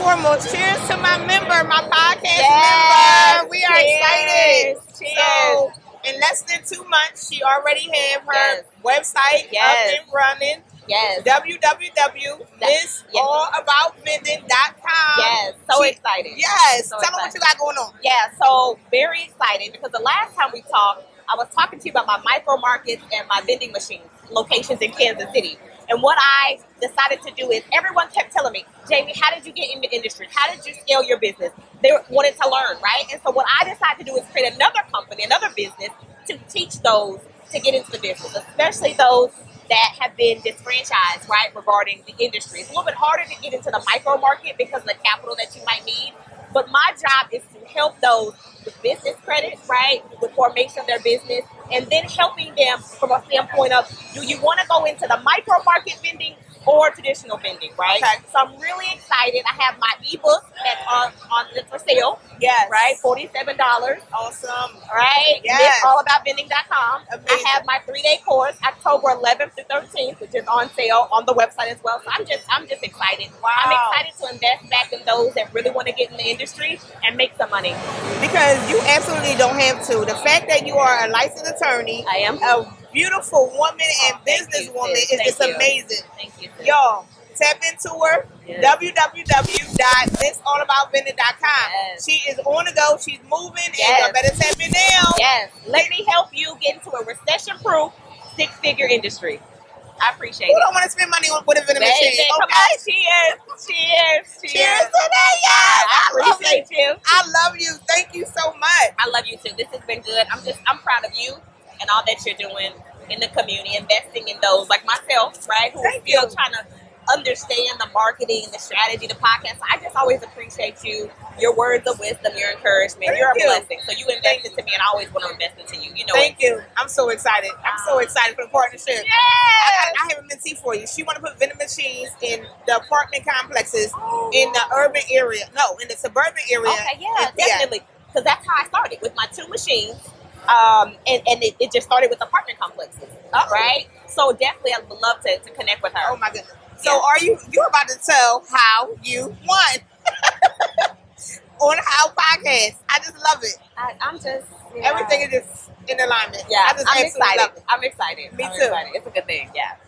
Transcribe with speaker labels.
Speaker 1: normal. Cheers to my member, my podcast
Speaker 2: Yes,
Speaker 1: member. We are
Speaker 2: cheers,
Speaker 1: excited.
Speaker 2: cheers.
Speaker 1: So, in less than two months, she already had her
Speaker 2: Yes.
Speaker 1: website
Speaker 2: Yes.
Speaker 1: up and running.
Speaker 2: Yes.
Speaker 1: www.missallaboutmending.com.
Speaker 2: Yes. So
Speaker 1: She-
Speaker 2: excited.
Speaker 1: Yes.
Speaker 2: So
Speaker 1: Tell them what you
Speaker 2: excited.
Speaker 1: got going on.
Speaker 2: Yeah, so very excited because the last time we talked, I was talking to you about my micro markets and my vending machines locations in Kansas City. And what I decided to do is everyone kept telling me, Jamie, how did you get into industry? How did you scale your business? They wanted to learn, right? And so what I decided to do is create another company, another business to teach those to get into the business, especially those that have been disfranchised, right, regarding the industry. It's a little bit harder to get into the micro market because of the capital that you might need. But my job is to help those with business credit, right, with formation of their business, and then helping them from a standpoint of do you want to go into the micro market vending or traditional vending, right?
Speaker 1: Okay.
Speaker 2: So I'm really excited. I have my ebook that's on, on that's for sale,
Speaker 1: Yes.
Speaker 2: right? Forty-seven dollars,
Speaker 1: Awesome.
Speaker 2: right?
Speaker 1: Yes.
Speaker 2: It's allaboutbending.com. I
Speaker 1: Amazing.
Speaker 2: have my three-day course, October 11th through 13th, which is on sale on the website as well. So I'm just, I'm just excited.
Speaker 1: Wow.
Speaker 2: I'm excited to invest back in those that really want to get in the industry and make some money.
Speaker 1: Because you absolutely don't have to. The fact that you are a licensed attorney,
Speaker 2: I am.
Speaker 1: a beautiful woman and
Speaker 2: Oh, thank you,
Speaker 1: businesswoman is
Speaker 2: sis. Thank
Speaker 1: just
Speaker 2: you.
Speaker 1: amazing.
Speaker 2: Thank you. sis.
Speaker 1: Y'all, tap into her.
Speaker 2: Yes.
Speaker 1: www.thisallaboutbending.com.
Speaker 2: Yes.
Speaker 1: She is on the go. She's moving, and
Speaker 2: Yes.
Speaker 1: y'all better tap in now.
Speaker 2: Yes. Let me help you get into a recession-proof six-figure industry. I appreciate
Speaker 1: Who
Speaker 2: it.
Speaker 1: don't want to spend money on with a vending
Speaker 2: Baby,
Speaker 1: machine?
Speaker 2: come
Speaker 1: Okay.
Speaker 2: on. Cheers. Cheers. Cheers.
Speaker 1: Cheers to that, yes.
Speaker 2: I
Speaker 1: I love it.
Speaker 2: appreciate you.
Speaker 1: I love you. Thank you so much.
Speaker 2: I love you too. This has been good. I'm just I'm proud of you and all that you're doing in the community, investing in those like myself, right? Who
Speaker 1: Thank
Speaker 2: are still
Speaker 1: you.
Speaker 2: trying to understand the marketing, the strategy, the podcast. I just always appreciate you, your words of wisdom, your encouragement.
Speaker 1: Thank
Speaker 2: you're a
Speaker 1: you.
Speaker 2: blessing. So you invested to me and I always want to invest into you. You know
Speaker 1: Thank
Speaker 2: it.
Speaker 1: you. I'm so excited. I'm so excited for the partnership. I,
Speaker 2: Yes!
Speaker 1: I have a mentee for you. She want to put vending machines in the apartment complexes
Speaker 2: Oh,
Speaker 1: in the urban area. No, in the suburban area.
Speaker 2: Okay, yeah,
Speaker 1: Yeah.
Speaker 2: definitely. Because that's how I started with my two machines. Um, and, and it, it just started with apartment complexes,
Speaker 1: Oh.
Speaker 2: right? So definitely I would love to, to connect with her.
Speaker 1: Oh my goodness. So
Speaker 2: Yeah.
Speaker 1: are you? You're about to tell how you won on how podcast. I just love it.
Speaker 2: I, I'm just
Speaker 1: Everything is just in alignment.
Speaker 2: Yeah,
Speaker 1: I just
Speaker 2: I'm
Speaker 1: absolutely
Speaker 2: excited.
Speaker 1: love it.
Speaker 2: I'm excited.
Speaker 1: Me
Speaker 2: I'm
Speaker 1: too.
Speaker 2: excited. It's a good thing. Yeah.